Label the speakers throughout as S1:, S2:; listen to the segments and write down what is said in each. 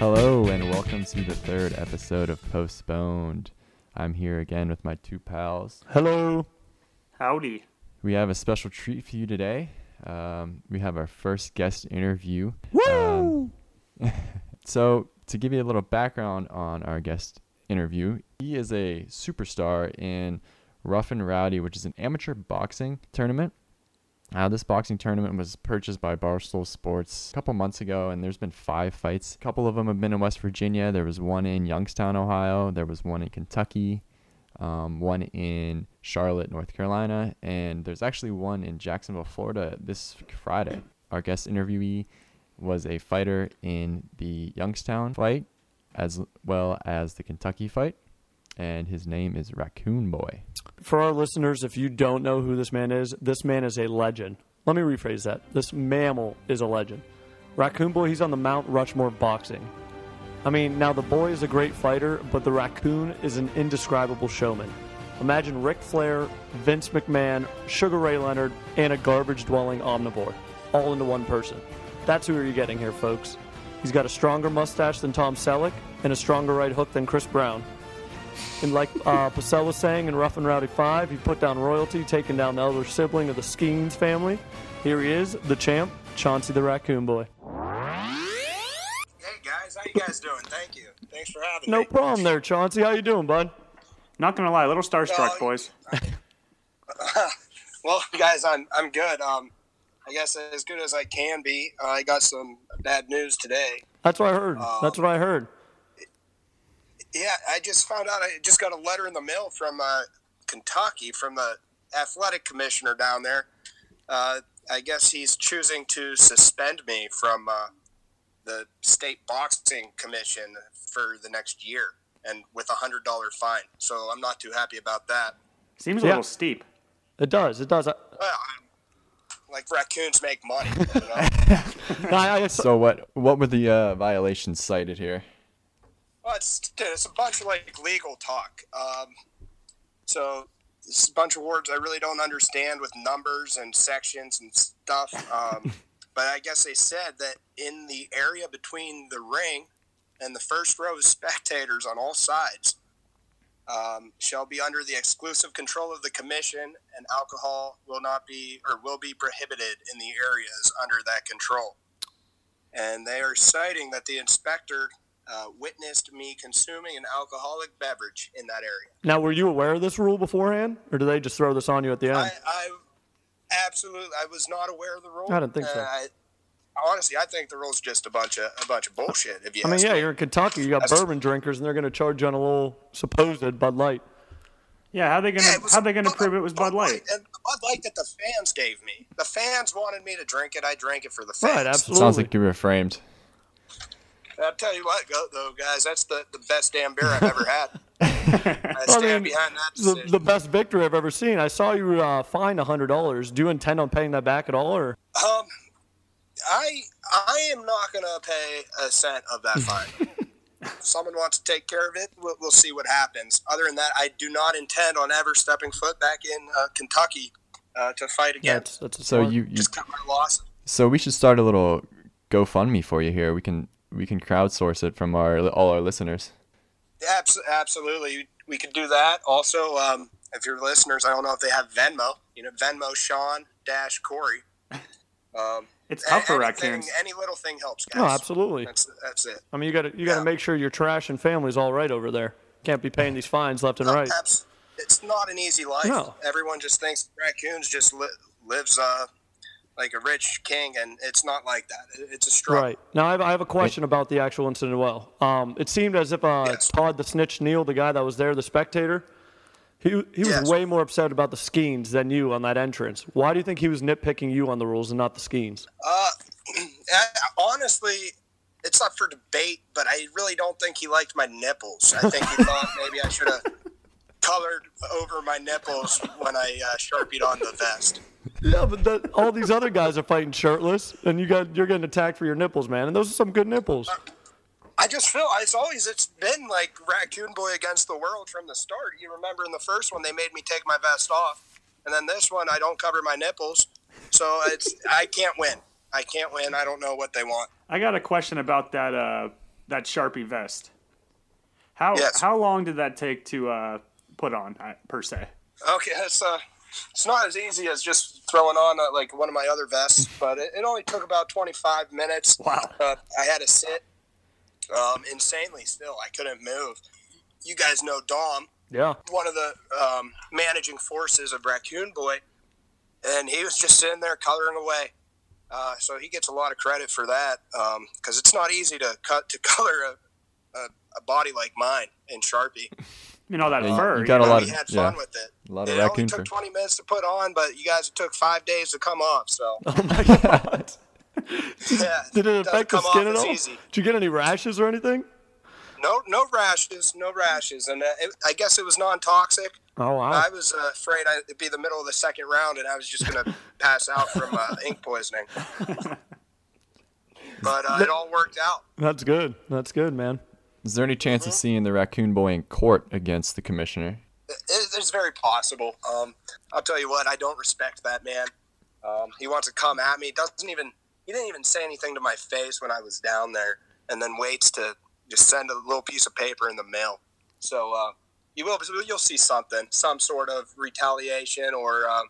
S1: Hello and welcome to the third episode of Postponed. I'm here again with my two pals.
S2: Hello.
S3: Howdy.
S1: We have a special treat for you today. Um, we have our first guest interview. Um, so, to give you a little background on our guest interview, he is a superstar in Rough and Rowdy, which is an amateur boxing tournament. Uh, this boxing tournament was purchased by Barstool Sports a couple months ago, and there's been five fights. A couple of them have been in West Virginia. There was one in Youngstown, Ohio. There was one in Kentucky, um, one in Charlotte, North Carolina, and there's actually one in Jacksonville, Florida this Friday. Our guest interviewee was a fighter in the Youngstown fight as well as the Kentucky fight, and his name is Raccoon Boy.
S2: For our listeners, if you don't know who this man is, this man is a legend. Let me rephrase that. This mammal is a legend. Raccoon Boy, he's on the Mount Rushmore of boxing. I mean, now the boy is a great fighter, but the raccoon is an indescribable showman. Imagine Ric Flair, Vince McMahon, Sugar Ray Leonard, and a garbage dwelling omnivore, all into one person. That's who you're getting here, folks. He's got a stronger mustache than Tom Selleck and a stronger right hook than Chris Brown. And like uh, Pacell was saying in Rough and Rowdy 5, he put down royalty, taking down the elder sibling of the Skeens family. Here he is, the champ, Chauncey the Raccoon Boy.
S4: Hey guys, how you guys doing? Thank you. Thanks for having
S2: No
S4: me.
S2: problem there, Chauncey. How you doing, bud?
S3: Not gonna lie, a little starstruck,
S4: Well,
S3: boys.
S4: Well, guys, I'm I'm good. Um, I guess as good as I can be. Uh, I got some bad news today.
S2: That's what I heard. That's what I heard.
S4: Yeah, I just found out. I just got a letter in the mail from uh, Kentucky from the athletic commissioner down there. Uh, I guess he's choosing to suspend me from uh, the state boxing commission for the next year, and with a hundred dollar fine. So I'm not too happy about that.
S3: Seems a
S2: Yeah.
S3: little steep.
S2: It does. It does. I,
S4: Well, like raccoons make money. You know?
S2: I, I,
S1: So, what what were the uh, violations cited here?
S4: Well, it's, it's a bunch of like legal talk. Um, so it's a bunch of words I really don't understand with numbers and sections and stuff. Um, but I guess they said that in the area between the ring and the first row of spectators on all sides um, shall be under the exclusive control of the commission, and alcohol will not be or will be prohibited in the areas under that control. And they are citing that the inspector uh, witnessed me consuming an alcoholic beverage in that area.
S2: now, were you aware of this rule beforehand, or do they just throw this on you at the end?
S4: I, I absolutely, I was not aware of the rule.
S2: I don't think so.
S4: and I, honestly, I think the rule's just a bunch of a bunch of bullshit. If you
S2: I mean,
S4: ask
S2: yeah,
S4: me.
S2: you're in Kentucky. You got
S4: That's-
S2: bourbon drinkers, and they're going to charge you on a little supposed Bud Light.
S3: Yeah, how they gonna
S4: Yeah, it was
S3: how they gonna
S4: Bud-
S3: prove it was Bud Light?
S4: And Bud Light that the fans gave me. The fans wanted me to drink it. I drank it for the fans.
S2: Right, absolutely.
S1: Sounds like you were framed.
S4: I'll tell you what, go- though, guys, that's the, the best damn beer I've ever had. I
S2: I
S4: stand
S2: mean,
S4: behind that
S2: the,
S4: decision.
S2: the best victory I've ever seen. I saw you uh, fine hundred dollars. Do you intend on paying that back at all, or
S4: Um, I I am not going to pay a cent of that fine. if someone wants to take care of it, we'll, we'll see what happens. Other than that, I do not intend on ever stepping foot back in uh, Kentucky uh, to fight again.
S2: that's that's a
S1: So
S2: smart-
S1: you, you
S4: Just cut my losses.
S1: So we should start a little GoFundMe for you here. We can we can crowdsource it from our all our listeners.
S4: Abs- absolutely, we could do that. Also, um, if your listeners, I don't know if they have Venmo. You know, Venmo Sean Dash Corey. Um,
S3: It's tough for
S4: anything-
S3: raccoons.
S4: Any little thing helps, guys.
S2: no, absolutely.
S4: That's that's it.
S2: I mean, you got to you got to
S4: Yeah.
S2: make sure your trash and family's all right over there. Can't be paying these fines left and
S4: No,
S2: right.
S4: abs- it's not an easy life.
S2: No.
S4: Everyone just thinks raccoons just li- lives uh, like a rich king, and it's not like that. It- It's a struggle.
S2: Right now, I have, I have a question about the actual incident. as Well, um, it seemed as if uh,
S4: Yes.
S2: Todd the Snitch Neal, the guy that was there, the spectator, he he was
S4: Yes.
S2: way more upset about the skeins than you on that entrance. Why do you think he was nitpicking you on the rules and not the skeins?
S4: Uh, I- honestly, it's up for debate, but I really don't think he liked my nipples. I think he thought maybe I should have colored over my nipples when I uh, sharpied on the vest.
S2: Yeah, but the, all these other guys are fighting shirtless, and you got you're getting attacked for your nipples, man. And those are some good nipples.
S4: I just feel it's always it's been like Raccoon Boy against the world from the start. You remember in the first one they made me take my vest off, and then this one I don't cover my nipples, so it's I can't win. I can't win. I don't know what they want.
S3: I got a question about that uh that Sharpie vest. How
S4: Yes.
S3: how long did that take to uh, put on uh, per se?
S4: Okay, it's uh, it's not as easy as just throwing on uh, like one of my other vests, but it, it only took about 25 minutes.
S3: Wow.
S4: Uh, I had to sit um, insanely still. I couldn't move. You guys know Dom,
S2: Yeah.
S4: one of the um, managing forces of Raccoon Boy, and he was just sitting there coloring away. Uh, so he gets a lot of credit for that because it's not easy to cut to color a, a, a body like mine in Sharpie.
S3: I mean, all that
S1: Yeah, you-
S3: fur.
S1: you
S3: you
S1: gotta
S3: know?
S1: A lot
S4: we
S1: of-
S4: had fun
S1: yeah.
S4: with it.
S1: A lot of
S4: It
S1: raccoon
S4: only took
S1: fur.
S4: 20 minutes to put on, but you guys it took five days to come off. So
S2: Oh my god.
S4: yeah,
S2: Did it
S4: doesn't
S2: affect the
S4: come off
S2: skin at
S4: as
S2: all?
S4: Easy.
S2: Did you get any rashes or anything?
S4: No, no rashes, no rashes, and uh, it, I guess it was non-toxic.
S2: Oh wow.
S4: I was uh, afraid I, it'd be the middle of the second round, and I was just gonna pass out from uh, ink poisoning. But uh, it all worked out.
S2: That's good. That's good, man.
S1: Is there any chance of seeing the raccoon boy in court against the commissioner?
S4: It, it's very possible. Um, I'll tell you what, I don't respect that man. Um, he wants to come at me. Doesn't even he didn't even say anything to my face when I was down there, and then waits to just send a little piece of paper in the mail. So uh, you will you'll see something, some sort of retaliation or um,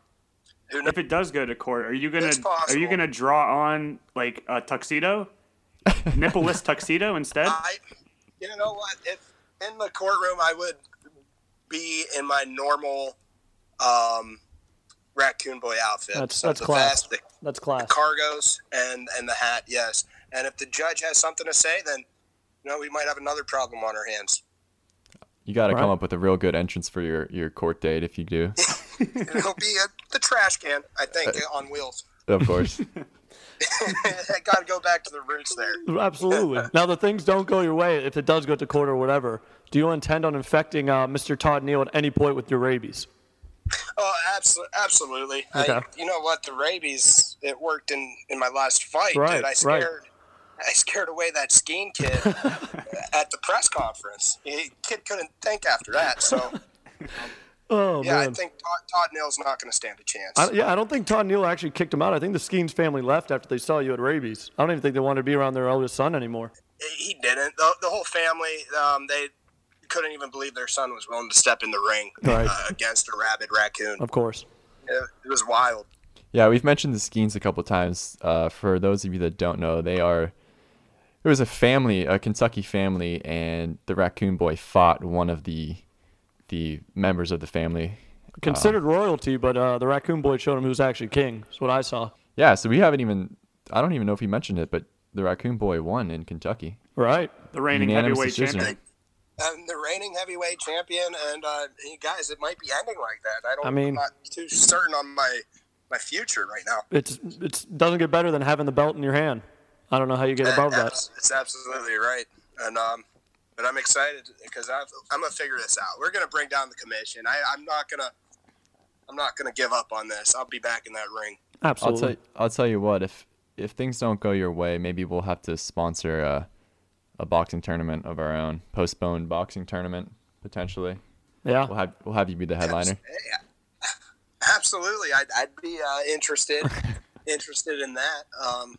S4: who knows.
S3: If it does go to court, are you gonna
S4: It's
S3: are
S4: possible.
S3: you gonna draw on like a tuxedo, nippleless tuxedo instead?
S4: I, you know what? If in the courtroom, I would be in my normal um, raccoon boy outfit.
S2: That's-
S4: So
S2: that's
S4: the
S2: class.
S4: vest, the
S2: That's class.
S4: cargos, and and the hat. Yes. And if the judge has something to say, then you know we might have another problem on our hands.
S1: You got to
S2: Right.
S1: come up with a real good entrance for your, your court date if you do.
S4: It'll be a, the trash can, I think,
S2: Uh,
S4: on wheels.
S1: of course.
S4: I got to go back to the roots there.
S2: Absolutely. now the things don't go your way if it does go to court or whatever. Do you intend on infecting uh, Mr. Todd Neal at any point with your rabies?
S4: Oh, absolutely, absolutely. I,
S2: Okay.
S4: you know what? The rabies it worked in in my last fight,
S2: Right,
S4: dude. I
S2: right.
S4: scared, I scared away that skiing kid at the press conference. He, kid couldn't think after that. So um,
S2: Oh
S4: yeah, I
S2: man.
S4: think Todd, Todd Neal's not going to stand a chance.
S2: I, yeah, I don't think Todd Neal actually kicked him out. I think the Skeens family left after they saw you had rabies. I don't even think they wanted to be around their eldest son anymore.
S4: he didn't. The, the whole family, um, they couldn't even believe their son was willing to step in the ring
S2: Right.
S4: uh, against a rabid raccoon.
S2: Of course.
S4: It, it was wild.
S1: Yeah, we've mentioned the Skeens a couple times. Uh, for those of you that don't know, they are. It was a family, a Kentucky family, and the raccoon boy fought one of the the members of the family.
S2: Considered royalty, but uh, the raccoon boy showed him who's actually king. That's what I saw.
S1: Yeah, so we haven't even. I don't even know if he mentioned it, but the raccoon boy won in Kentucky.
S2: Right.
S3: the reigning
S1: Unanimous
S3: heavyweight
S1: decision.
S3: champion.
S4: Um, the reigning heavyweight champion, and uh, hey, guys, it might be ending like that. I don't.
S2: I mean-
S4: I'm not too certain on my my future right now.
S2: It's it's doesn't get better than having the belt in your hand. I don't know how you get above that.
S4: Abs- It's absolutely right, and um, but I'm excited because I've, I'm gonna figure this out. We're gonna bring down the commission. I, I'm not gonna. I'm not gonna give up on this. I'll be back in that ring.
S1: I'll tell.
S2: Absolutely.
S1: I'll tell you what. If if things don't go your way, maybe we'll have to sponsor a a boxing tournament of our own, postponed boxing tournament potentially.
S2: yeah.
S1: We'll have we'll have you be the headliner.
S4: Yeah. Absolutely, I'd, I'd be uh, interested interested in that. Um,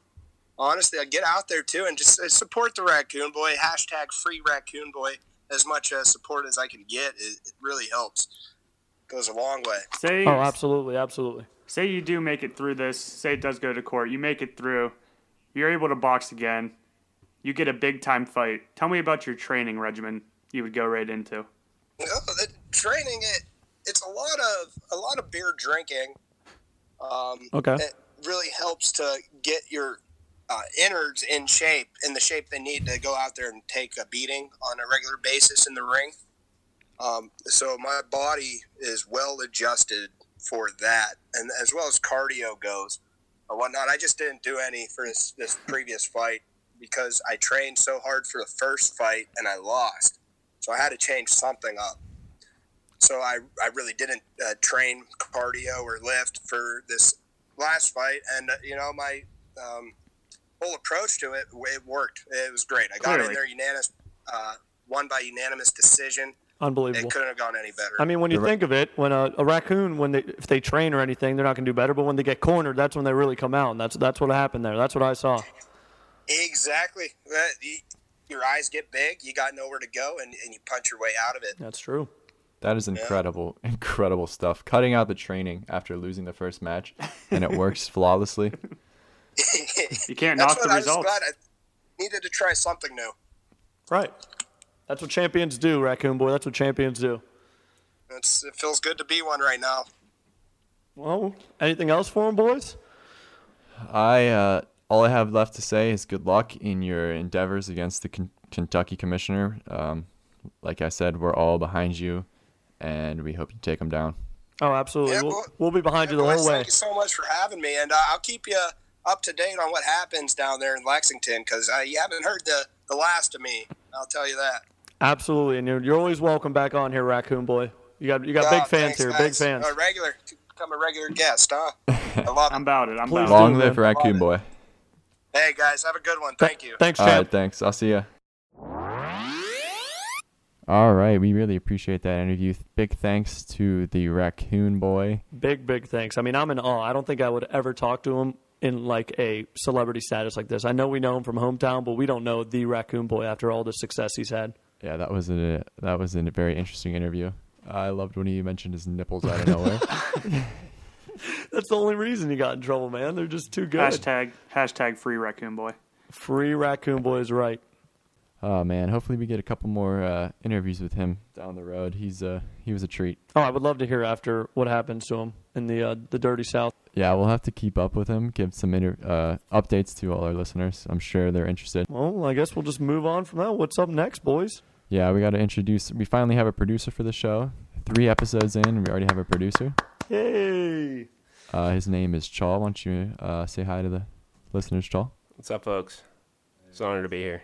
S4: honestly, I'd get out there too and just uh, support the Raccoon Boy hashtag Free Raccoon Boy as much uh, support as I can get. It, it really helps. Goes a long way.
S3: Say
S2: Oh, absolutely, absolutely.
S3: say you do make it through this. Say it does go to court. You make it through. You're able to box again. You get a big time fight. Tell me about your training regimen. You would go right into.
S4: No, Oh, the training it it's a lot of a lot of beer drinking. Um,
S2: Okay.
S4: It really helps to get your uh, innards in shape, in the shape they need to go out there and take a beating on a regular basis in the ring. Um, so my body is well adjusted for that, and as well as cardio goes or whatnot. I just didn't do any for this, this previous fight because I trained so hard for the first fight and I lost. So I had to change something up. So I, I really didn't uh, train cardio or lift for this last fight. And, uh, you know, my um, whole approach to it, it worked. It was great. I got
S3: Clearly.
S4: in there unanimous, uh, won by unanimous decision. It
S2: Unbelievable.
S4: couldn't have gone any better.
S2: I mean, when you think of it, when a, a raccoon, when they if they train or anything, they're not going to do better. But when they get cornered, that's when they really come out, and that's that's what happened there. That's what I saw.
S4: Exactly. That- You your eyes get big, you got nowhere to go, and, and you punch your way out of it.
S2: That's true.
S1: That is incredible, incredible stuff. Cutting out the training after losing the first match, and it works flawlessly.
S3: You can't
S4: That's
S3: knock
S4: what
S3: the
S4: I was
S3: results.
S4: glad I needed to try something new.
S2: Right. That's what champions do, Raccoon Boy. That's what champions do.
S4: It's, it feels good to be one right now.
S2: Well, anything else for him, boys?
S1: I uh, all I have left to say is good luck in your endeavors against the Ken- Kentucky commissioner. Um, like I said, we're all behind you, and we hope you take him down.
S2: Oh, absolutely.
S4: Yeah,
S2: we'll,
S4: boy.
S2: we'll be behind you the
S4: Boys,
S2: whole way.
S4: Thank you so much for having me, and uh, I'll keep you up to date on what happens down there in Lexington because uh, you haven't heard the, the last of me. I'll tell you that.
S2: Absolutely. And you're, you're always welcome back on here, Raccoon Boy. You got you got
S4: Oh,
S2: big fans
S4: thanks,
S2: here. Big
S4: guys.
S2: fans.
S4: A regular, become a regular guest, huh? I love
S3: I'm
S4: it.
S3: about it. I'm
S2: Please
S3: about
S1: Long
S2: do,
S1: live
S2: man.
S1: Raccoon Boy.
S4: Hey guys, have a good one.
S2: Th-
S4: Thank you.
S2: Thanks,
S1: All
S2: champ.
S1: right, thanks. I'll see you. All right, we really appreciate that interview. Big thanks to the Raccoon Boy.
S2: Big, big thanks. I mean, I'm in awe. I don't think I would ever talk to him in like a celebrity status like this. I know we know him from hometown, but we don't know the Raccoon Boy after all the success he's had.
S1: Yeah, that was a that was a very interesting interview. I loved when he mentioned his nipples out of nowhere.
S2: That's the only reason he got in trouble, man. They're just too good.
S3: hashtag hashtag free raccoon boy.
S2: Free Raccoon Boy is right.
S1: oh man, hopefully we get a couple more uh, interviews with him down the road. He's uh, he was a treat.
S2: Oh, I would love to hear after what happens to him in the uh, the Dirty South.
S1: Yeah, we'll have to keep up with him, give some inter- uh, updates to all our listeners. I'm sure they're interested.
S2: Well, I guess we'll just move on from that. What's up next, boys?
S1: Yeah, we got to introduce. We finally have a producer for the show. Three episodes in, we already have a producer.
S2: Hey.
S1: Uh, his name is Chaw. Why don't you uh, say hi to the listeners, Chaw?
S5: What's up, folks? It's an honor to be here.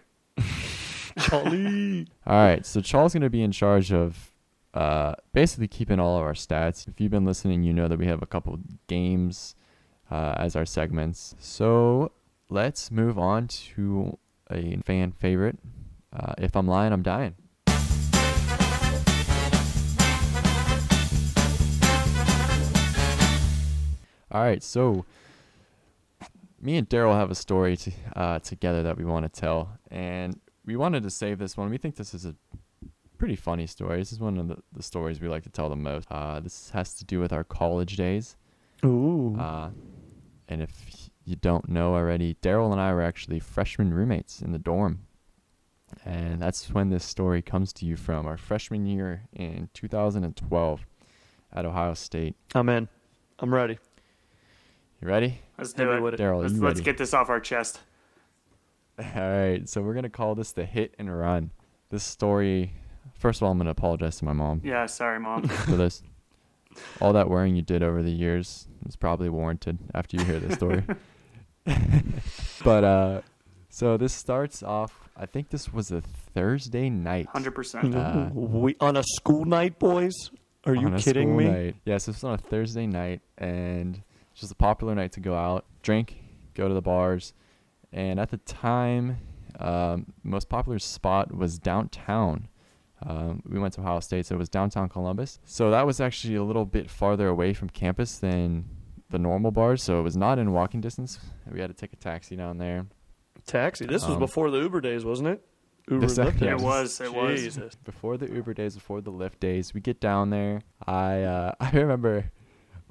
S2: Charlie.
S1: All right, so Charles going to be in charge of uh, basically keeping all of our stats. If you've been listening, you know that we have a couple games uh, as our segments. So let's move on to a fan favorite. Uh, if I'm lying, I'm dying. All right, so me and Daryl have a story to, uh, together that we want to tell, and we wanted to save this one. We think this is a pretty funny story. This is one of the, the stories we like to tell the most. Uh, this has to do with our college days,
S2: Ooh.
S1: uh, and if you don't know already, Daryl and I were actually freshman roommates in the dorm, and that's when this story comes to you from our freshman year in 2012 at Ohio State.
S2: I'm in. I'm ready.
S1: You ready?
S3: Let's do
S2: Hit me
S3: it.
S2: with it.
S1: Daryl,
S3: Let's,
S1: you
S3: let's
S1: ready?
S3: get this off our chest.
S1: All right, so we're gonna call this the hit and run. This story. First of all, I'm gonna apologize to my mom
S3: Yeah, sorry, mom.
S1: for this. All that worrying you did over the years is probably warranted after you hear this story. but uh, so this starts off. I think this was a Thursday night.
S3: Hundred percent.
S1: Uh,
S2: we on a school night, boys? Are you
S1: on a
S2: kidding
S1: school
S2: me?
S1: Night. Yes, this was on a Thursday night, and it's just a popular night to go out, drink, go to the bars, and at the time, um, most popular spot was downtown. Um, we went to Ohio State, so it was downtown Columbus. So that was actually a little bit farther away from campus than the normal bars, so it was not in walking distance. We had to take a taxi down there.
S2: Taxi. This was
S1: Um,
S2: before the Uber days, wasn't it? Uber
S1: This-
S2: and Lyft
S1: yeah.
S3: It
S2: days.
S3: was. It was.
S2: Jesus.
S1: before the Uber days, before the Lyft days, we get down there. I uh, I remember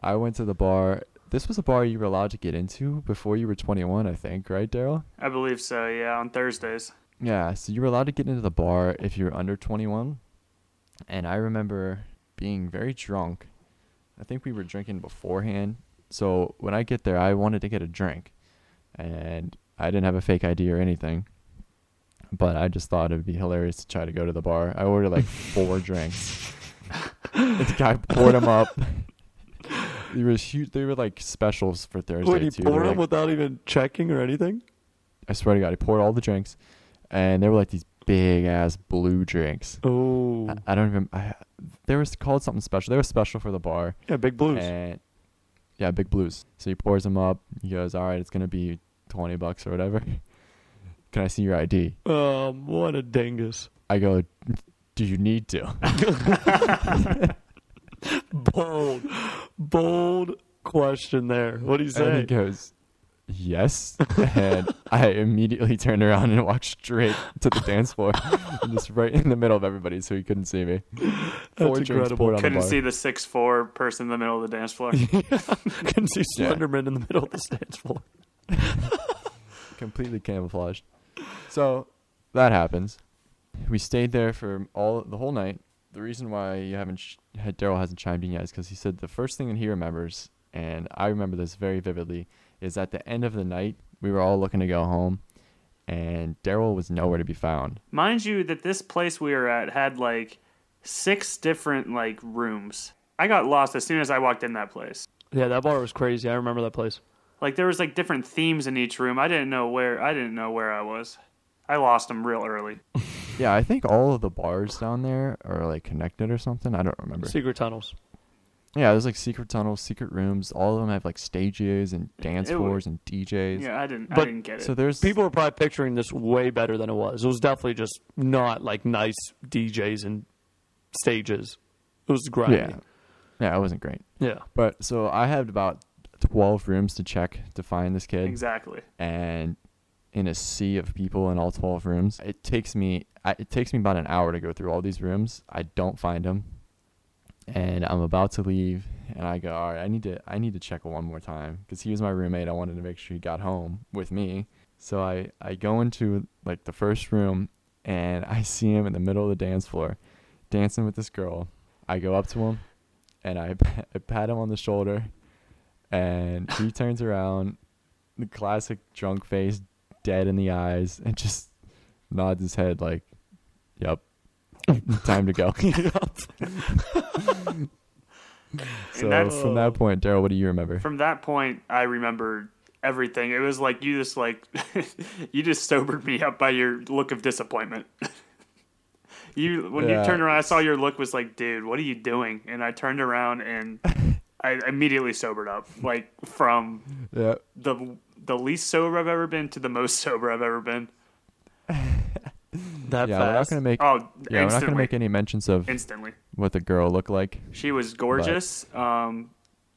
S1: I went to the bar. This was a bar you were allowed to get into before you were 21, I think, right, Daryl?
S3: I believe so. Yeah, on Thursdays.
S1: Yeah, so you were allowed to get into the bar if you were under 21. And I remember being very drunk. I think we were drinking beforehand. So when I get there, I wanted to get a drink. And I didn't have a fake ID or anything. But I just thought it would be hilarious to try to go to the bar. I ordered like four drinks. the guy poured them up. They were huge. They were like specials for Thursday
S2: Wait, he
S1: too. They were,
S2: poured
S1: like-
S2: them without even checking or anything?
S1: I swear to God, he poured all the drinks, and they were like these big ass blue drinks.
S2: Oh.
S1: I, I don't even. I, they were called something special. They were special for the bar.
S2: Yeah, big blues.
S1: And yeah, big blues. So he pours them up. He goes, "All right, it's gonna be twenty bucks or whatever. Can I see your ID?"
S2: Um, what a dingus.
S1: I go, "Do you need to?"
S2: Bold. Bold question there. What do you
S1: And he
S2: say?
S1: goes, yes. And I immediately turned around and walked straight to the dance floor, just right in the middle of everybody, so he couldn't see me. Four drinks
S2: incredible.
S1: poured on the
S3: Couldn't
S1: bar.
S3: see the six four person in the middle of the dance floor.
S2: Couldn't see
S1: Yeah.
S2: Slenderman in the middle of the dance floor.
S1: completely camouflaged. So that happens. We stayed there for all the whole night. The reason why you haven't sh- had Daryl hasn't chimed in yet is because he said the first thing that he remembers, and I remember this very vividly, is at the end of the night we were all looking to go home, and Daryl was nowhere to be found.
S3: Mind you, that this place we were at had like six different like rooms. I got lost as soon as I walked in that place.
S2: Yeah, that bar was crazy. I remember that place.
S3: Like there was like different themes in each room. I didn't know where I didn't know where I was. I lost them real early.
S1: Yeah, I think all of the bars down there are like connected or something. I don't remember.
S2: Secret tunnels.
S1: Yeah, there's like secret tunnels, secret rooms. All of them have like stages and dance
S3: It wa-
S1: floors and DJs.
S3: Yeah, I didn't. I
S2: But-
S3: didn't get it.
S1: So there's
S2: People were probably picturing this way better than it was. It was definitely just not like nice DJs and stages. It was grimy.
S1: yeah, yeah. It wasn't great.
S2: yeah.
S1: But so I had about 12 rooms to check to find this kid.
S3: exactly.
S1: And in a sea of people in all 12 rooms, it takes me I, it takes me about an hour to go through all these rooms. I don't find him. And I'm about to leave and I go, "All right, I need to I need to check one more time because he was my roommate. I wanted to make sure he got home with me." So I I go into like the first room and I see him in the middle of the dance floor dancing with this girl. I go up to him and I, I pat him on the shoulder and he turns around the classic drunk face dead in the eyes and just nods his head like yep time to go so
S3: that's-
S1: from that point daryl what do you remember
S3: From that point, I remembered everything. It was like you just like you just sobered me up by your look of disappointment. you when
S1: Yeah.
S3: you turned around, I saw your look was like, "Dude, what are you doing?" And I turned around and I immediately sobered up, like from
S1: yeah
S3: the the least sober I've ever been to the most sober I've ever been.
S2: That
S1: yeah we're not
S2: fast.
S1: gonna make
S3: Oh,
S1: yeah we're not
S3: instantly,
S1: gonna make any mentions of
S3: instantly.
S1: what the girl looked like
S3: She was gorgeous. Um,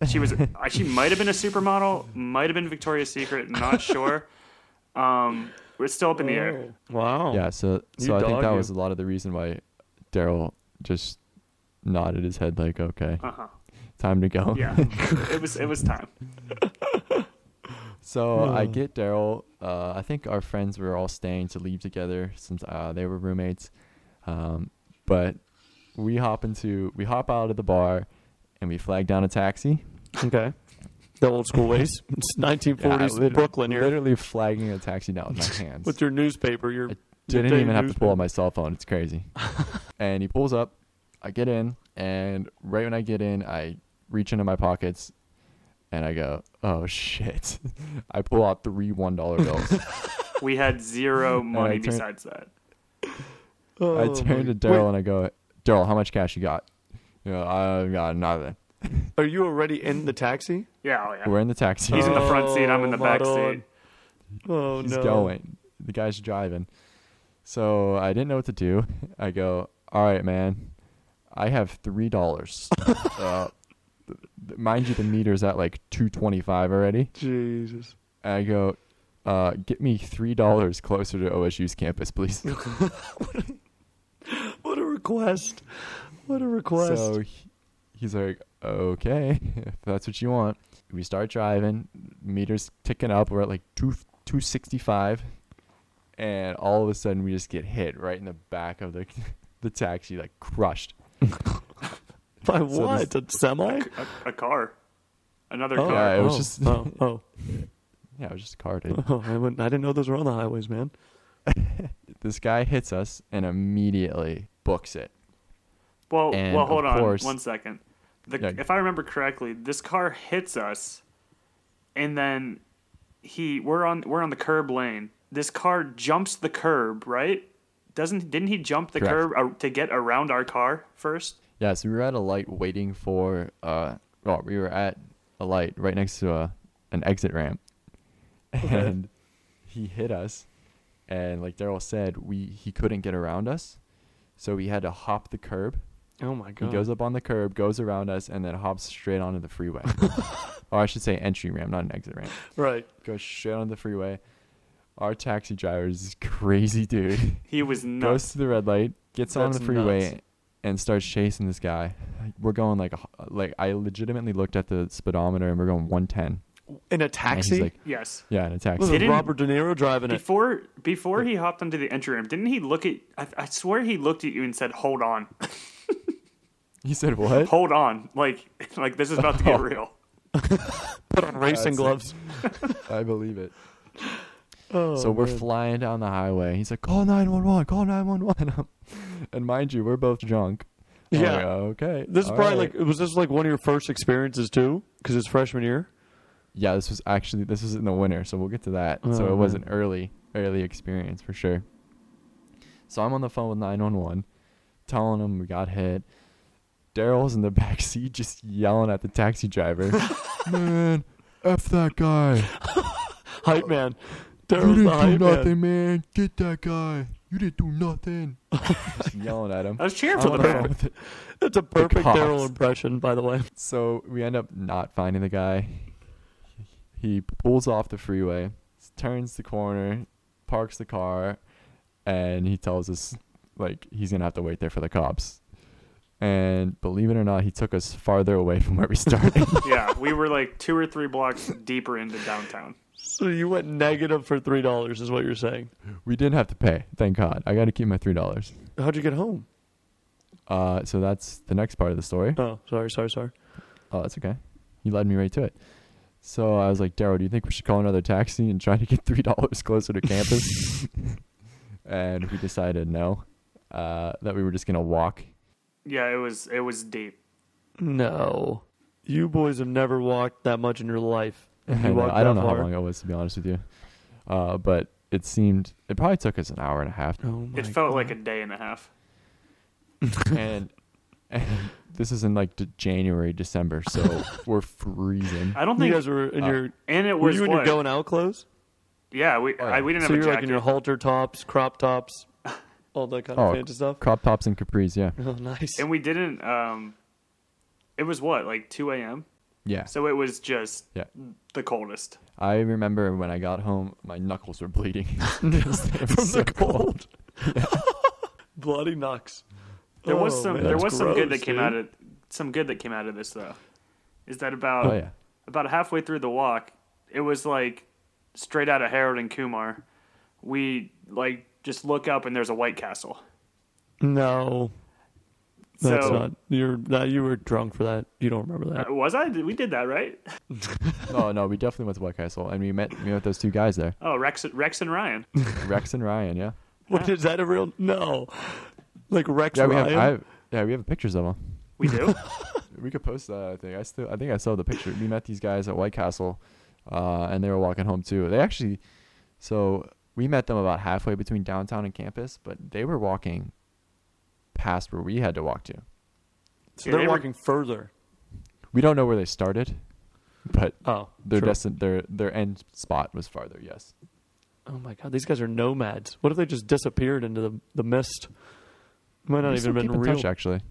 S3: she was. uh, she might have been a supermodel. Might have been Victoria's Secret. Not sure. Um, we're still up in the air.
S2: Wow.
S1: yeah so
S2: Oh. You
S1: so i think
S2: dog,
S1: that
S2: you.
S1: was a lot of the reason why daryl just nodded his head like okay
S3: Uh huh.
S1: time to go
S3: Yeah. it was. It was time.
S1: So I get Daryl. Uh, I think our friends were all staying to leave together since uh, they were roommates. Um, but we hop into we hop out of the bar and we flag down a taxi.
S2: Okay. The old school ways. It's 1940s
S1: lit-
S2: Brooklyn here.
S1: Literally flagging a taxi down with my hands.
S2: With your newspaper, your
S1: Didn't
S2: day
S1: even have to pull
S2: newspaper.
S1: out my cell phone. It's crazy. and he pulls up. I get in, and right when I get in, I reach into my pockets, and I go, "Oh shit!" I pull out three one dollar bills.
S3: We had zero money
S1: turned-
S3: besides that.
S1: I
S2: Oh
S1: turn
S2: my-
S1: to Daryl and I go, Daryl, how much cash you got? You know, I've got nothing.
S2: Are you already in the taxi?
S3: Yeah. Oh, yeah.
S1: We're in the taxi.
S3: He's
S1: He's,
S3: in the front seat. I'm in the
S2: Oh,
S3: back
S2: Maron.
S3: seat.
S2: Oh no.
S1: going. The guy's driving. So I didn't know what to do. I go, all right, man, I have three dollars. uh, th- th- mind you, the meter's at like two twenty-five already.
S2: Jesus.
S1: I go, uh, get me three dollars closer to OSU's campus, please.
S2: What a request. What a request.
S1: So he- he's like, okay, if that's what you want. We start driving, meters ticking up. We're at like two two sixty five, and all of a sudden we just get hit right in the back of the the taxi, like crushed.
S2: By what?
S1: this-
S2: a semi?
S3: A, a car. Another
S2: Oh,
S3: car.
S1: Yeah, it was
S2: oh,
S1: just-
S2: oh, oh,
S1: Yeah, it was just carded.
S2: oh, I, wouldn't- I didn't know those were on the highways, man.
S1: this guy hits us and immediately books it.
S3: Well,
S1: And
S3: well,
S1: of
S3: hold on
S1: course-
S3: one second. The,
S1: Yeah.
S3: If I remember correctly, this car hits us, and then he we're on we're on the curb lane. This car jumps the curb, right? Doesn't didn't he jump the
S1: Correct.
S3: curb uh, to get around our car first?
S1: Yeah, so we were at a light waiting for. Uh, well, we were at a light right next to a an exit ramp, and he hit us, and like Daryl said, we he couldn't get around us, so we had to hop the curb,
S2: Oh my
S1: He
S2: god.
S1: goes up on the curb, goes around us, and then hops straight onto the freeway. or I should say entry ramp, not an exit ramp.
S2: right.
S1: Goes straight onto the freeway. Our taxi driver is this crazy dude.
S3: He was nuts.
S1: goes to the red light, gets on the
S2: That's
S1: freeway,
S2: nuts.
S1: and starts chasing this guy. We're going like a h- like I legitimately looked at the speedometer and we're going 110.
S2: In a
S1: And
S2: taxi.
S1: he's like,
S3: Yes.
S1: yeah, in a
S2: Look
S1: taxi.
S2: at
S3: Didn't-
S2: Robert De Niro driving it.
S3: Before before he hopped onto the entry ramp, didn't he look at? I, I swear he looked at you and said, "Hold on,
S1: He said what?
S3: hold on." Like like this is about to
S1: Oh.
S3: get real.
S2: Put on racing gloves. Oh,
S1: I believe it. so we're flying down the highway. He's like, call 911, call 911. and mind you, we're both drunk. I'm
S2: Yeah.
S1: like, okay.
S2: This is
S1: all
S2: probably
S1: right."
S2: like was this like one of your first experiences too? Because it's freshman year.
S1: Yeah, this was actually this was in the winter, so we'll get to that. so
S2: Oh,
S1: it was
S2: man.
S1: an early early experience for sure. So I'm on the phone with 911, telling them we got hit. Daryl's in the back seat just yelling at the taxi driver. man, f that guy.
S2: Hype man.
S1: You
S2: Daryl's
S1: didn't
S2: the
S1: do
S2: hype man.
S1: nothing, man. Get that guy. You didn't do nothing. just yelling at him.
S3: I was cheering
S1: I'm
S3: for
S1: on
S3: the
S1: the phone
S3: man.
S1: with it.
S2: That's a perfect
S1: cops.
S2: Daryl impression, by the way.
S1: So we end up not finding the guy. He pulls off the freeway, turns the corner, parks the car, and he tells us like he's gonna have to wait there for the cops. And believe it or not, he took us farther away from where we started.
S3: Yeah, we were like two or three blocks deeper into downtown.
S2: So you went negative for three dollars, is what you're saying.
S1: we didn't have to pay, thank God. I got to keep my three dollars.
S2: How'd you get home?
S1: Uh, so that's the next part of the story.
S2: Oh, sorry, sorry, sorry.
S1: Oh, that's okay. You led me right to it. So I was like, Daryl, do you think we should call another taxi and try to get three dollars closer to campus? and we decided no, uh, that we were just gonna walk.
S3: Yeah, it was it was deep.
S2: No, you boys have never walked that much in your life.
S1: I,
S2: You
S1: know-
S2: walked
S1: I don't
S2: that
S1: know
S2: far?
S1: how long it was to be honest with you, uh, but it seemed it probably took us an hour and a half.
S2: Oh my
S3: It felt like a day and a half.
S1: and, and this is in like de- January, December, so we're freezing.
S3: I don't
S2: You
S3: think.
S2: guys were in your.
S3: and it
S2: Were
S3: was
S2: you in
S3: what?
S2: your going out clothes?
S3: Yeah, we
S1: yeah.
S3: I, we didn't
S2: So
S3: have
S2: you're
S3: a
S2: like
S3: jacket.
S2: in your halter tops, crop tops, all that kind of
S1: Oh,
S2: fancy stuff.
S1: crop tops and capris, yeah,
S2: Oh, nice.
S3: and we didn't. Um, it was what like two a.m.
S1: yeah,
S3: So it was just
S1: yeah.
S3: the coldest.
S1: I remember when I got home, my knuckles were bleeding.
S2: From the cold. Bloody knocks.
S3: There was
S2: Oh,
S3: some.
S2: man,
S3: there
S2: that's
S3: was some good that
S2: gross,
S3: came
S2: dude.
S3: out of some good that came out of this though. Is that about
S1: Oh yeah.
S3: about halfway through the walk? It was like straight out of Harold and Kumar. We like just look up and there's a White Castle.
S2: No, that's
S3: so
S2: not. You're no, You were drunk for that. You don't remember that.
S3: was I? Did- We did that right.
S1: No, no, we definitely went to White Castle, and we met we met those two guys there,
S3: Oh, Rex, Rex and Ryan.
S1: Rex and Ryan. Yeah,
S2: What is that a real? No. Like Rex
S1: yeah, we have,
S2: Ryan.
S1: I have, yeah, we have pictures of them.
S3: We do.
S1: We could post that. I think I still I think I saw the picture. We met these guys at White Castle, uh, and they were walking home too. They actually, so we met them about halfway between downtown and campus, but they were walking past where we had to walk to.
S2: so
S3: Yeah,
S2: they're
S3: they were-
S2: walking further.
S1: We don't know where they started, but
S2: Oh,
S1: their
S2: sure.
S1: destined their their end spot was farther. Yes.
S2: Oh my god, these guys are nomads. What if they just disappeared into the, the mist? Might not
S1: We
S2: even
S1: still
S2: been
S1: keep in
S2: real.
S1: touch, actually.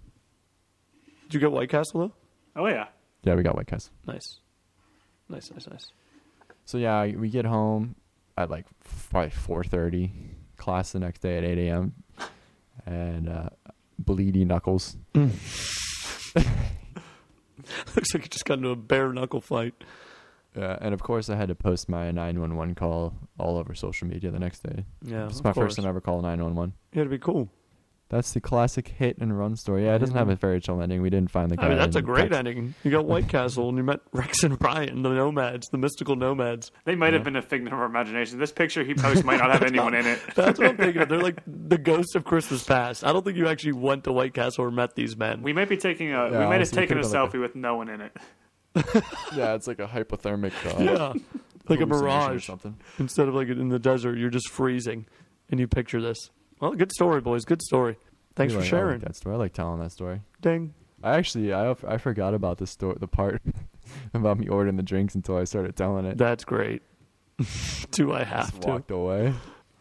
S2: Did you get White Castle
S3: Oh yeah.
S1: Yeah, we got White Castle.
S2: though? Nice, nice, nice, nice.
S1: So yeah, I- we get home at like f- probably four thirty. Class the next day at eight a.m. and uh, bleedy knuckles.
S2: Looks like you just got into a bare knuckle fight.
S1: Uh, and of course, I had to post my nine one one call all over social media the next day.
S2: Yeah,
S1: it's
S2: of
S1: my
S2: course.
S1: first time ever call nine one one.
S2: Yeah, it'd be cool.
S1: That's the classic hit and run story. Yeah, it doesn't have a fairy tale ending. We didn't find the guy.
S2: Mm-hmm. I mean, that's a
S1: in
S2: great
S1: Texas.
S2: ending. You got White Castle, and you met Rex and Ryan, the nomads, the mystical nomads.
S3: They might have been a figment of our imagination. This picture he posts might not have anyone in it.
S2: That's what I'm thinking of. They're like the ghosts of Christmas past. I don't think you actually went to White Castle or met these men.
S3: We might be taking a.
S1: Yeah,
S3: we might have
S1: honestly,
S3: taken a
S1: think about
S3: selfie
S1: that.
S3: with no one in it.
S1: Yeah, it's like a hypothermic. Uh,
S2: yeah, like
S1: hallucination
S2: a
S1: or
S2: mirage.
S1: something.
S2: instead of like in the desert, you're just freezing, and you picture this. Well, good story, boys. Good story. Thanks for
S1: Anyway, I
S2: sharing.
S1: like that story. I like telling that story.
S2: Dang.
S1: I actually I I forgot about the sto- the part about me ordering the drinks until I started telling it.
S2: That's great. Do I
S1: Just
S2: have to?
S1: walked away.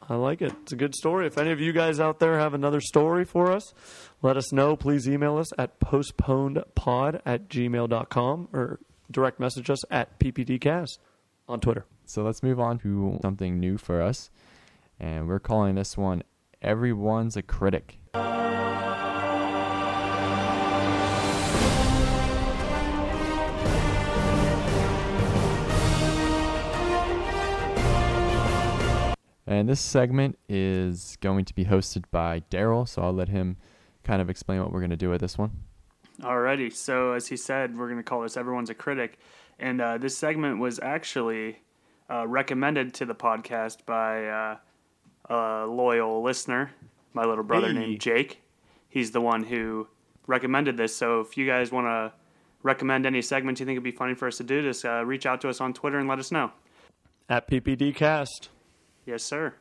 S2: I like it. It's a good story. If any of you guys out there have another story for us, let us know. Please email us at postponedpod at gmail.com or direct message us at ppdcast on Twitter.
S1: So let's move on to something new for us. And we're calling this one Everyone's a Critic. And this segment is going to be hosted by Daryl, so I'll let him kind of explain what we're going to do with this one.
S3: Alrighty. So as he said, we're gonna call this "Everyone's a Critic," and uh, this segment was actually uh, recommended to the podcast by uh, a loyal listener, my little brother named Jake. He's the one who recommended this. So if you guys want to recommend any segments you think would be funny for us to do, just uh, reach out to us on Twitter and let us know.
S2: At ppdcast.
S3: Yes, sir.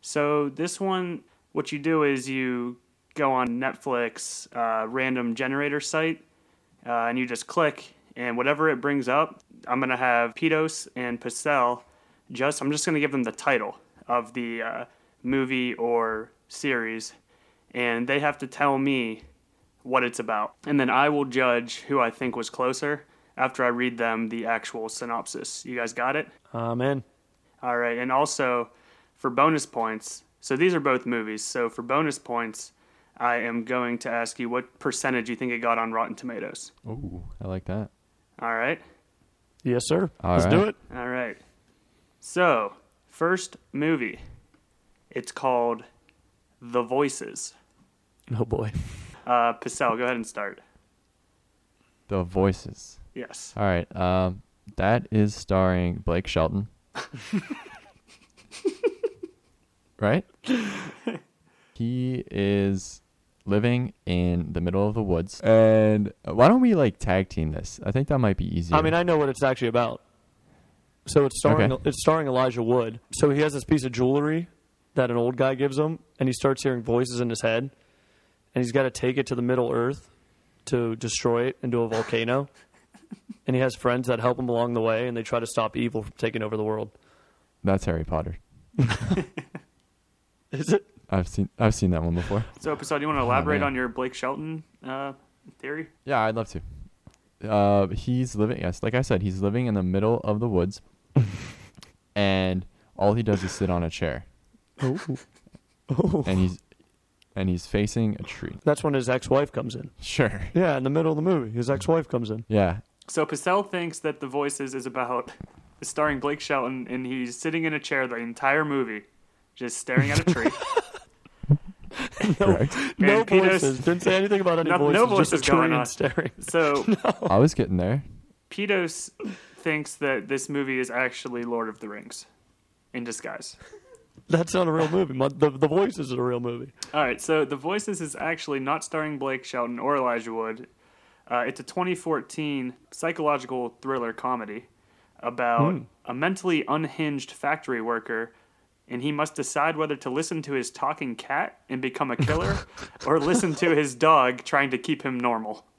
S3: So this one, what you do is you go on Netflix uh, random generator site, uh, and you just click, and whatever it brings up, I'm gonna have Pedos and Pacel. Just I'm just gonna give them the title of the uh, movie or series, and they have to tell me what it's about, and then I will judge who I think was closer after I read them the actual synopsis. You guys got it?
S2: Amen.
S3: All right, and also for bonus points. So these are both movies. So for bonus points, I am going to ask you what percentage you think it got on Rotten Tomatoes.
S1: Ooh, I like that.
S3: All right,
S2: Yes, sir.
S1: All
S2: Let's do
S1: right.
S2: it.
S3: all right. So first movie, it's called The Voices.
S2: Oh, boy.
S3: Uh, Pacel, go ahead and start.
S1: The voices.
S3: Yes.
S1: All right. Um, that is starring Blake Shelton. right? He is living in the middle of the woods. And why don't we like tag team this? I think that might be easier.
S2: I mean, I know what it's actually about. So it's starring
S1: Okay.
S2: it's starring Elijah Wood. So he has this piece of jewelry that an old guy gives him, and he starts hearing voices in his head, and he's got to take it to the Middle Earth to destroy it into a volcano. and he has friends that help him along the way, and they try to stop evil from taking over the world.
S1: that's Harry Potter.
S2: Is it?
S1: I've seen I've seen that one before.
S3: So Pacel, do you want to elaborate
S1: man.
S3: on your Blake Shelton uh, theory?
S1: Yeah, I'd love to. Uh, he's living, yes, like I said, he's living in the middle of the woods, and all he does is sit on a chair,
S2: Oh, oh.
S1: and he's and he's facing a tree.
S2: That's when his ex-wife comes in.
S1: Sure.
S2: Yeah, in the middle of the movie, his ex-wife comes in.
S1: Yeah.
S3: So Pacel thinks that The Voices is about is starring Blake Shelton, and he's sitting in a chair the entire movie, just staring at a tree.
S1: Correct.
S2: No
S3: And Peter's-
S2: voices. Didn't say anything about any
S3: No-
S2: voices.
S3: no
S2: just
S3: voices
S2: a tree
S3: going
S2: and
S3: on.
S2: staring.
S3: so
S1: I was getting there.
S3: Pedos thinks that this movie is actually Lord of the Rings in disguise.
S2: That's not a real movie. My, the the voices is a real movie.
S3: All right, so The Voices is actually not starring Blake Shelton or Elijah Wood. Uh, it's a 2014 psychological thriller comedy about a mentally unhinged factory worker, and he must decide whether to listen to his talking cat and become a killer or listen to his dog trying to keep him normal.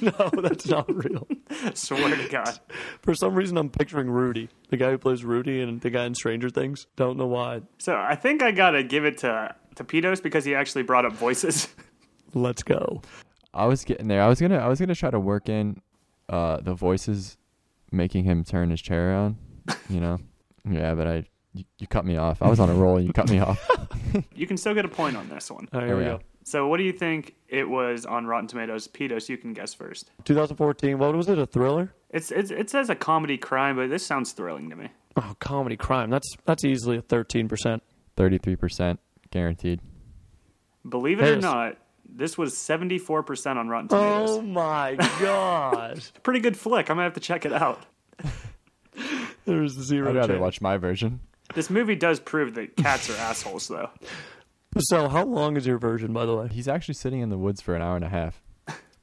S2: No, that's not real.
S3: Swear to God.
S2: For some reason, I'm picturing Rudy, the guy who plays Rudy and the guy in Stranger Things. Don't know why.
S3: So I think I gotta give it to, to Pedos because he actually brought up Voices.
S2: Let's go.
S1: I was getting there. I was gonna I was gonna try to work in uh the voices making him turn his chair around, you know. yeah, but I you, you cut me off. I was on a roll. You cut me off.
S3: You can still get a point on this one.
S2: All right, here
S1: Oh,
S2: we
S1: yeah.
S2: go.
S3: So, what do you think it was on Rotten Tomatoes? Pedos, you can guess first.
S2: 2014. What was it? A thriller?
S3: It's, it's it says a comedy crime, but this sounds thrilling to me.
S2: Oh, comedy crime. That's that's easily a 13 percent.
S1: Thirty three percent guaranteed.
S3: Believe it or
S2: Harris.
S3: not, this was seventy four percent on Rotten Tomatoes.
S2: Oh my gosh.
S3: Pretty good flick. I'm gonna have to check it out.
S2: There's zero.
S1: I'd rather
S2: chance.
S1: watch my version.
S3: This movie does prove that cats are assholes, though.
S2: So, how long is your version, by the way?
S1: He's actually sitting in the woods for an hour and a half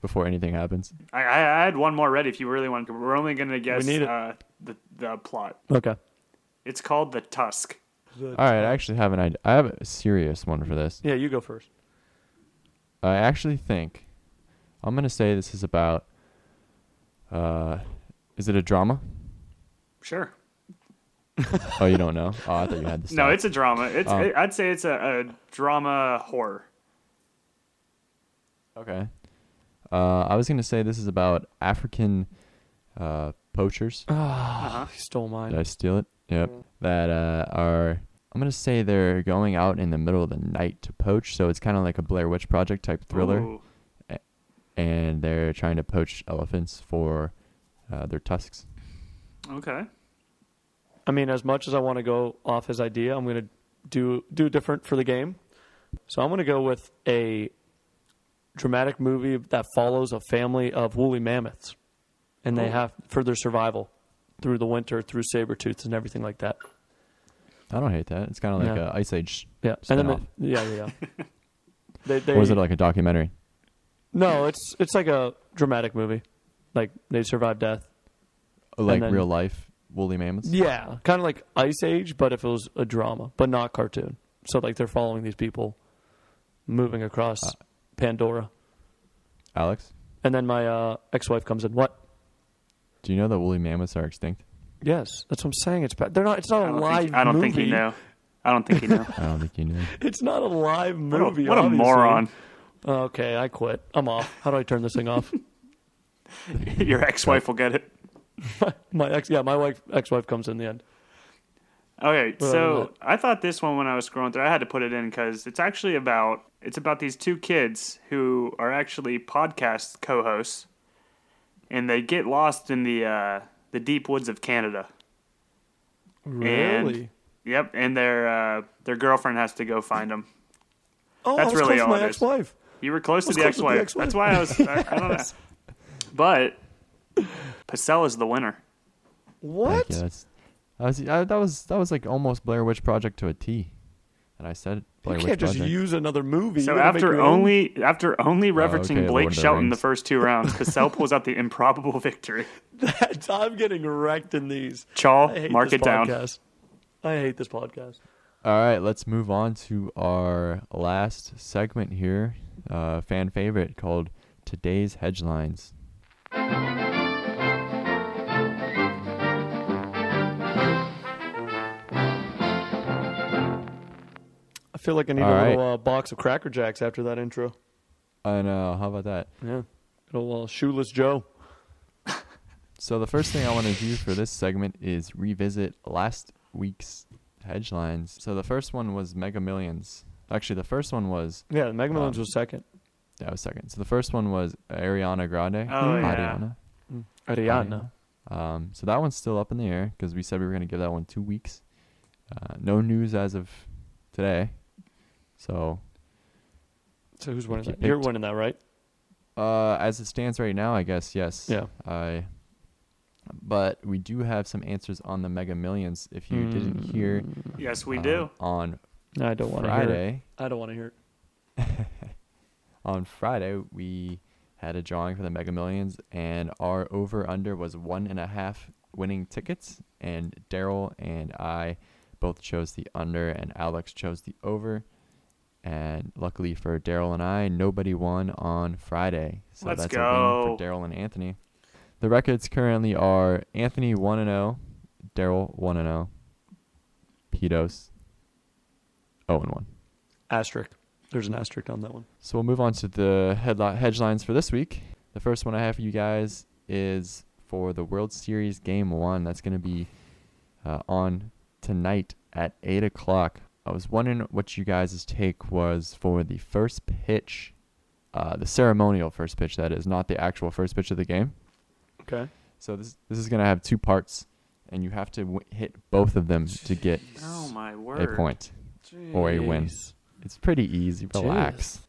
S1: before anything happens.
S3: I, I, I had one more ready if you really want to. We're only gonna guess
S2: need it.
S3: uh, the the plot.
S2: Okay.
S3: It's called The Tusk.
S1: All right, I actually have an idea. I have a serious one for this.
S2: Yeah, you go first.
S1: I actually think I'm gonna say this is about. Uh, is it a drama?
S3: Sure.
S1: Oh, you don't know? Oh, I thought you had this.
S3: No, it's a drama. It's
S2: Um.
S1: Oh.
S3: I'd say it's a, a drama horror.
S1: okay. Uh, I was gonna say this is about African uh, poachers.
S3: Uh-huh.
S2: Ah, he stole mine.
S1: Did I steal it? Yep.
S3: Mm-hmm.
S1: That uh, are I'm gonna say they're going out in the middle of the night to poach. So it's kind of like a Blair Witch Project type thriller,
S3: Ooh.
S1: and they're trying to poach elephants for uh, their tusks.
S3: Okay.
S2: I mean, as much as I want to go off his idea, I'm going to do do different for the game. So I'm going to go with a dramatic movie that follows a family of woolly mammoths, and
S1: Oh.
S2: they have for their survival through the winter, through saber tooths and everything like that.
S1: I don't hate that. It's kind of like
S2: Yeah.
S1: a Ice Age.
S2: Yeah, and then
S1: Spin-off.
S2: the- yeah, yeah. yeah. they, they,
S1: Or was it like a documentary?
S2: No, it's it's like a dramatic movie. Like they survive death.
S1: Like
S2: then-
S1: real life woolly mammoths?
S2: Yeah, kind of like Ice Age, but if it was a drama, but not cartoon. So like they're following these people moving across
S3: Uh,
S2: Pandora,
S1: Alex,
S2: and then my uh, ex-wife comes in. What?
S1: do you know that woolly mammoths are extinct?
S2: Yes, that's what I'm saying. It's bad. They're not. It's
S3: I
S2: not a
S3: don't,
S2: live.
S3: think, I don't think you
S2: movie.
S3: know. I don't think you know.
S1: I don't think you knew.
S2: It's not a live
S3: What a,
S2: movie.
S3: what a
S2: obviously.
S3: moron!
S2: Okay, I quit. I'm off. How do I turn this thing off?
S3: Your ex-wife will get it.
S2: my ex. Yeah, my wife. Ex-wife comes in the end.
S3: Okay,
S2: Well,
S3: so I thought this one when I was scrolling through, I had to put it in because it's actually about it's about these two kids who are actually podcast co-hosts, and they get lost in the uh, the deep woods of Canada.
S2: Really?
S3: Yep, and their uh, their girlfriend has to go find them.
S2: oh,
S3: that's
S2: I was
S3: really
S2: close to
S3: all
S2: my
S3: it is.
S2: ex-wife.
S3: You were close, to
S2: was
S3: the,
S2: close to the
S3: ex-wife.
S2: ex-wife.
S3: That's why I was. I, I don't know. But Pacell is the winner.
S2: What?
S1: Thank you. That's, I was, I, that was that was like almost Blair Witch Project to a T. And I said Blair
S2: You
S1: Witch
S2: can't just
S1: Project.
S2: use another movie.
S3: So
S2: You gotta make
S3: after
S2: your own-
S3: only after only referencing
S1: Oh, okay, Lord
S3: Blake
S1: of the
S3: Shelton the
S1: Rings.
S3: first two rounds, Pacell pulls out the improbable victory.
S2: I'm getting wrecked in these.
S3: Chaw,
S2: I hate
S3: mark
S2: this
S3: it down.
S2: podcast. I hate this podcast.
S1: All right, let's move on to our last segment here, uh, fan favorite called Today's Headlines.
S2: I feel like I need
S1: All
S2: a
S1: right.
S2: little uh, box of Cracker Jacks after that intro.
S1: I know. How about that?
S2: Yeah, little uh, shoeless Joe.
S1: So the first thing I want to do for this segment is revisit last week's headlines. So the first one was Mega Millions. Actually, the first one was
S2: Yeah, the Mega Millions was second.
S1: that was second. So the first one was Ariana Grande.
S3: Oh, yeah.
S1: Ariana.
S2: Ariana.
S1: Um, so that one's still up in the air because we said we were going to give that one two weeks. Uh, no news as of today. So
S2: So who's winning
S1: You
S2: that? You're
S1: picked-
S2: winning that, right?
S1: uh, as it stands right now, I guess yes.
S2: Yeah.
S1: I. But we do have some answers on the Mega Millions. If you didn't hear,
S3: Yes, Mm. we
S1: um,
S3: do.
S1: on
S2: I don't want to hear. It.
S1: Friday.
S2: I don't want to hear. It.
S1: On Friday, we had a drawing for the Mega Millions, and our over under was one and a half winning tickets. And Daryl and I both chose the under, and Alex chose the over. And luckily for Daryl and I, nobody won on Friday. So
S3: Let's
S1: that's a win
S3: go.
S1: for Daryl and Anthony. The records currently are Anthony 1 and 0, Daryl 1 and oh, 0, Pedos 0 and 1.
S2: Asterisk. There's an asterisk on that one.
S1: So we'll move on to the headli- headlines for this week. The first one I have for you guys is for the World Series Game 1. That's going to be uh, on tonight at 8 o'clock. I was wondering what you guys' take was for the first pitch, uh, the ceremonial first pitch, that is, not the actual first pitch of the game.
S2: Okay.
S1: So this, this is going to have two parts, and you have to w- hit both of them to get
S3: Oh my
S1: a
S3: word!
S1: point or a win. It's pretty easy. Relax.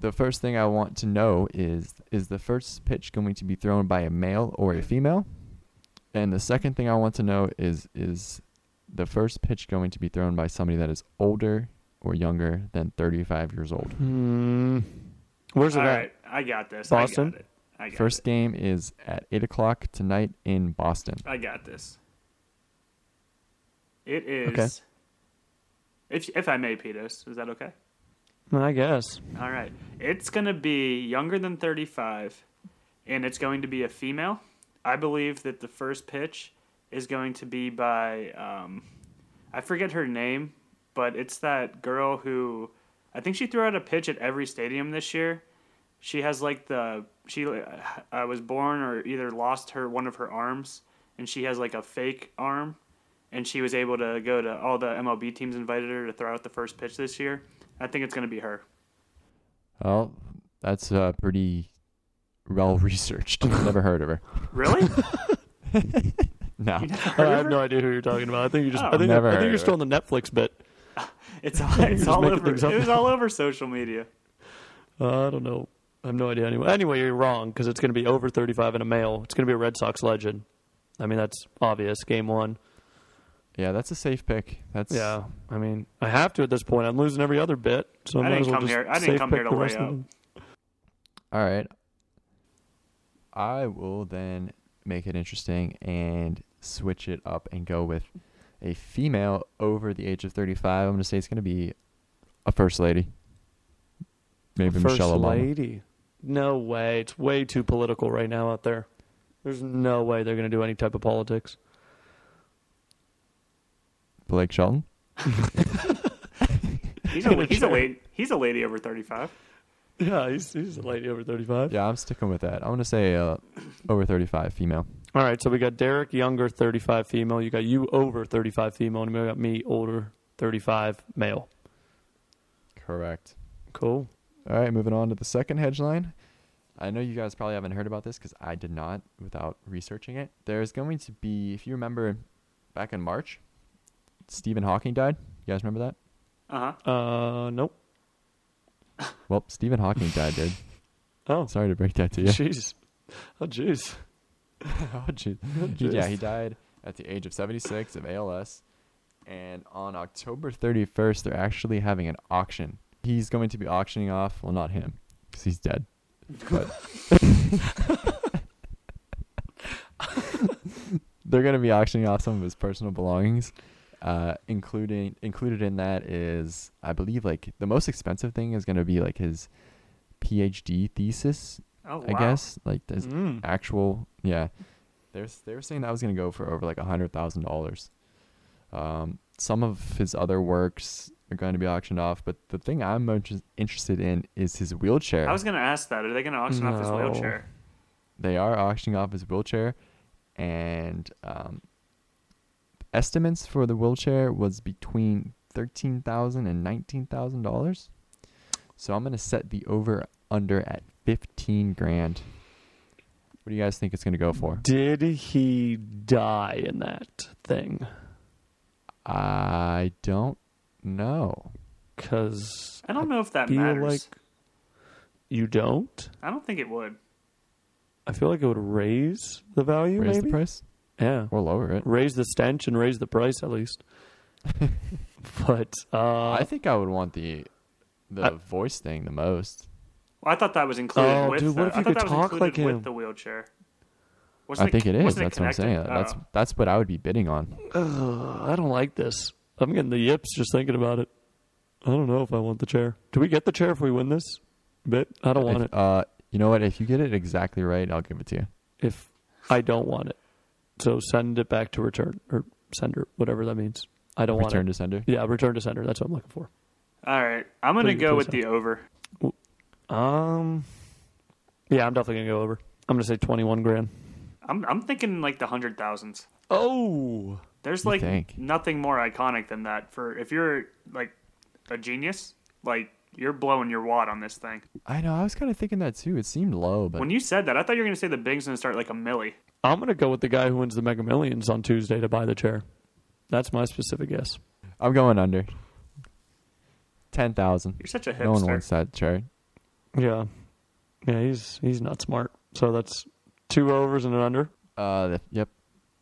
S1: The first thing I want to know is is the first pitch going to be thrown by a male or a female? And the second thing I want to know is is the first pitch going to be thrown by somebody that is older or younger than 35 years old?
S2: Hmm. Where's it
S3: All
S2: at?
S3: right, I got this.
S2: Boston?
S3: I got it. I got
S1: First
S3: it.
S1: game is at 8 o'clock tonight in Boston.
S3: I got this. It is.
S2: Okay.
S3: If if I may, Petos, is that okay?
S2: I guess.
S3: All right. It's going to be younger than 35, and it's going to be a female. I believe that the first pitch is going to be by um, I forget her name, but it's that girl who I think she threw out a pitch at every stadium this year. She has like the she uh, was born or either lost her one of her arms, and she has like a fake arm, and she was able to go to all the MLB teams invited her to throw out the first pitch this year. I think it's gonna be her.
S1: Well, that's uh, pretty well researched. Never heard of her.
S3: Really?
S1: No.
S3: You never heard
S2: Oh, I
S3: of
S2: have
S3: her?
S2: no idea who you're talking about. I think you just.
S3: Oh.
S2: I think,
S1: Never
S2: I think
S1: heard
S2: you're
S1: of
S2: still on the Netflix bit.
S3: It's all, it's
S2: just
S3: all
S2: making
S3: over.
S2: things up.
S3: It was all over social media.
S2: Uh, I don't know. I have no idea anyway. Anyway, you're wrong because it's going to be over 35 and a male. It's going to be a Red Sox legend. I mean, that's obvious. Game one.
S1: Yeah, that's a safe pick. That's
S2: Yeah. I mean, I have to at this point. I'm losing every other bit. So I,
S3: I
S2: might
S3: didn't
S2: as well
S3: come
S2: just
S3: here- I didn't
S2: safe
S3: come here
S2: pick
S3: to
S2: the
S3: lay
S2: rest of
S3: up.
S2: them.
S1: All right. I will then make it interesting and switch it up and go with a female over the age of 35. I'm going to say it's going to be a first lady. Maybe
S2: First
S1: Michelle Obama.
S2: lady. No way. It's way too political right now out there. There's no way they're going to do any type of politics.
S1: Blake Shelton.
S3: He's a, he's a lady. He's a lady over thirty-five.
S2: Yeah, he's, he's a lady over 35.
S1: Yeah, I'm sticking with that. I'm going to say uh, over 35 female.
S2: All right, so we got Derek younger, 35 female. You got you over 35 female, and we got me older, 35 male.
S1: Correct.
S2: Cool.
S1: All right, moving on to the second headline. I know you guys probably haven't heard about this because I did not without researching it. There's going to be, if you remember back in March, Stephen Hawking died. You guys remember that?
S3: Uh huh.
S2: Uh, nope.
S1: Well, Stephen Hawking died, dude.
S2: Oh,
S1: Sorry to break that to you.
S2: jeez. Oh, jeez.
S1: Oh, jeez. He- yeah, he died at the age of 76 of ALS. And on October 31st, they're actually having an auction. He's going to be auctioning off, well, not him, because he's dead. But they're going to be auctioning off some of his personal belongings. Uh, including included in that is, I believe, like the most expensive thing is going to be like his PhD thesis
S3: Oh wow.
S1: I guess. Like there's
S2: Mm.
S1: actual yeah. There's they were saying that was gonna go for over like a hundred thousand dollars. Um, some of his other works are going to be auctioned off, but the thing I'm most interested in is his wheelchair.
S3: I was gonna ask that. Are they gonna auction off his
S2: No.
S3: wheelchair?
S1: they are auctioning off his wheelchair, and um, estimates for the wheelchair was between thirteen thousand and nineteen thousand dollars. So I'm gonna set the over under at fifteen grand. What do you guys think it's gonna go for?
S2: Did he die in that thing?
S1: I don't know.
S2: Because
S3: I don't know if that
S2: feel
S3: matters.
S2: like you don't.
S3: I don't think it would.
S2: I feel like it would raise the value,
S1: Raise the
S2: maybe?
S1: price
S2: Yeah.
S1: or lower it.
S2: Raise the stench and raise the price, at least. but, uh,
S1: I think I would want the the
S2: I-
S1: voice thing the most.
S3: Well, I thought that was included
S2: Oh,
S3: with.
S2: dude,
S3: the,
S2: what if
S3: I
S2: you
S3: thought
S2: could
S3: that was
S2: talk
S3: included
S2: like
S3: with
S2: him?
S3: the wheelchair.
S1: I
S3: Wasn't
S1: think it is.
S3: wasn't
S1: That's what I'm saying.
S3: connected?
S1: That's
S3: Oh.
S1: that's what I would be bidding on.
S2: Ugh, I don't like this. I'm getting the yips just thinking about it. I don't know if I want the chair. Do we get the chair if we win this? But I don't want
S1: If,
S2: it.
S1: Uh, you know what? If you get it exactly right, I'll give it to you.
S2: If I don't want it, so send it back to return or sender, whatever that means. I don't
S1: Return
S2: want
S1: to sender.
S2: it. Yeah, return to sender. That's what I'm looking for.
S3: Oh. All right, I'm gonna
S2: Please,
S3: go
S2: please
S3: with
S2: don't.
S3: the over.
S2: Um, yeah, I'm definitely gonna go over. I'm gonna say 21 grand.
S3: I'm I'm thinking like the hundred thousands.
S2: Oh,
S3: There's
S1: You
S3: like
S1: think?
S3: nothing more iconic than that. For if you're like a genius, like you're blowing your wad on this thing.
S1: I know. I was kind of thinking that too. It seemed low, but
S3: When you said that, I thought you were gonna say the big's gonna start like a milli.
S2: I'm gonna go with the guy who wins the Mega Millions on Tuesday to buy the chair. That's my specific guess.
S1: I'm going under. Ten thousand.
S3: You're such a hipster.
S1: No one wants that chart.
S2: Yeah. Yeah, he's he's not smart. So that's two overs and an under.
S1: Uh, the- yep.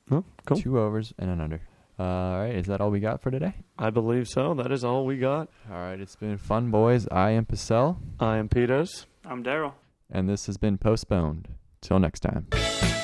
S2: Huh? Oh, Cool.
S1: Two overs and an under. Uh, all right. Is that all we got for today?
S2: I believe so. That is all we got.
S1: All right. It's been fun, boys. I am Pacell,
S2: I am Petos.
S3: I'm Daryl.
S1: and this has been postponed. Till next time.